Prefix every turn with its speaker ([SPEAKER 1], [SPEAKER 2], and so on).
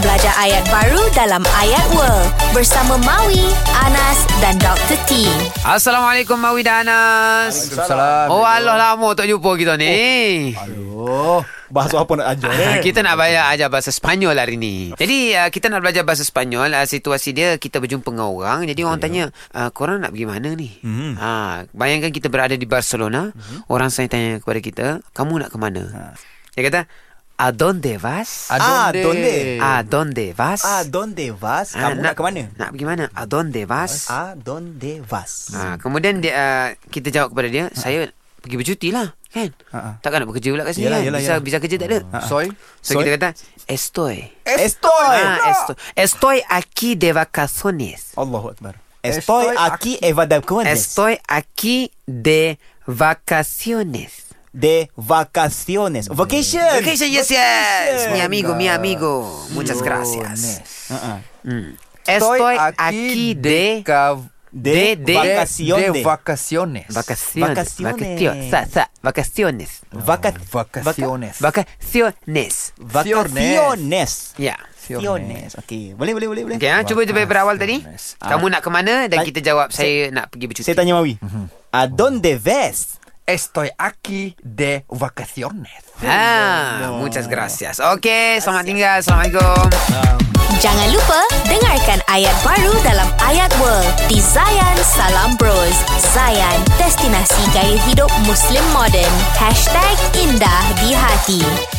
[SPEAKER 1] Ada ayat baru dalam Ayat World bersama Maui, Anas dan Dr. T.
[SPEAKER 2] Assalamualaikum Mawi dan Anas.
[SPEAKER 3] Waalaikumsalam. Oh.
[SPEAKER 2] Oh Allah lama tak jumpa kita ni.
[SPEAKER 3] Aduh, bahasa apa nak ajar eh?
[SPEAKER 2] Ah,
[SPEAKER 3] ni?
[SPEAKER 2] Kita nak belajar ajar bahasa Spanyol hari ni. Jadi uh, kita nak belajar bahasa Spanyol. Uh, situasi dia kita berjumpa dengan orang. Jadi
[SPEAKER 3] Ya.
[SPEAKER 2] orang tanya, uh, korang nak pergi mana ni? Mm.
[SPEAKER 3] Hmm.
[SPEAKER 2] Ha, bayangkan kita berada di Barcelona. Orang saya tanya kepada kita, kamu nak ke mana? Dia kata, ¿A dónde vas?
[SPEAKER 3] Ha. A dónde?
[SPEAKER 2] ¿A dónde vas?
[SPEAKER 3] A donde vas?
[SPEAKER 2] Ah,
[SPEAKER 3] Kamu nak ke mana? Ah,
[SPEAKER 2] Nak Ah. pergi mana? ¿A dónde vas?
[SPEAKER 3] A donde vas?
[SPEAKER 2] Ha, kemudian dia, uh, kita jawab kepada dia, saya pergi bercuti lah, kan?
[SPEAKER 3] Ha, ha.
[SPEAKER 2] Takkan nak bekerja pula kat sini
[SPEAKER 3] Yalah,
[SPEAKER 2] kan?
[SPEAKER 3] yalah,
[SPEAKER 2] bisa,
[SPEAKER 3] yalah. Ha,
[SPEAKER 2] bisa kerja tak ada.
[SPEAKER 3] Soy?
[SPEAKER 2] So kita kata, estoy.
[SPEAKER 3] Estoy.
[SPEAKER 2] Ah, estoy. Estoy aquí de vacaciones.
[SPEAKER 3] Allahu Akbar. Estoy aquí evadacuones
[SPEAKER 2] Estoy aquí de vacaciones.
[SPEAKER 3] de vacaciones. Vacation.
[SPEAKER 2] Vacation, yes, yes. Mi
[SPEAKER 3] Vacation.
[SPEAKER 2] amigo, mi amigo. Muchas gracias.
[SPEAKER 3] Ah, ah.
[SPEAKER 2] Mm. Estoy aquí de...
[SPEAKER 4] cav-
[SPEAKER 2] De,
[SPEAKER 3] De,
[SPEAKER 2] de-
[SPEAKER 3] vacaciones.
[SPEAKER 4] de vacaciones.
[SPEAKER 2] Vacaciones.
[SPEAKER 3] Vacaciones.
[SPEAKER 2] Vacaciones. Sa- sa- Vacaciones.
[SPEAKER 3] Vaca-
[SPEAKER 2] Ah,
[SPEAKER 4] Vacaciones.
[SPEAKER 2] Vacaciones.
[SPEAKER 3] vaca- Vacaciones.
[SPEAKER 2] Ya. Yeah.
[SPEAKER 3] Vacaciones. Okey. Boleh, boleh, boleh, boleh.
[SPEAKER 2] Okey, ha? cuba daripada awal tadi.
[SPEAKER 4] Vacaciones.
[SPEAKER 2] Kamu nak ke mana dan
[SPEAKER 3] Saya-
[SPEAKER 2] kita jawab saya nak pergi bercuti.
[SPEAKER 3] Saya tanya Mawi.
[SPEAKER 2] Mhm.
[SPEAKER 3] Ah, A donde vas?
[SPEAKER 4] Estoy aquí de vacaciones.
[SPEAKER 2] Ha, muchas gracias. Okey, selamat tinggal. Assalamualaikum.
[SPEAKER 1] Jangan lupa dengarkan ayat baru dalam Ayat World di Zayan Salam Bros. Zayan, destinasi gaya hidup Muslim modern. #IndahDiHati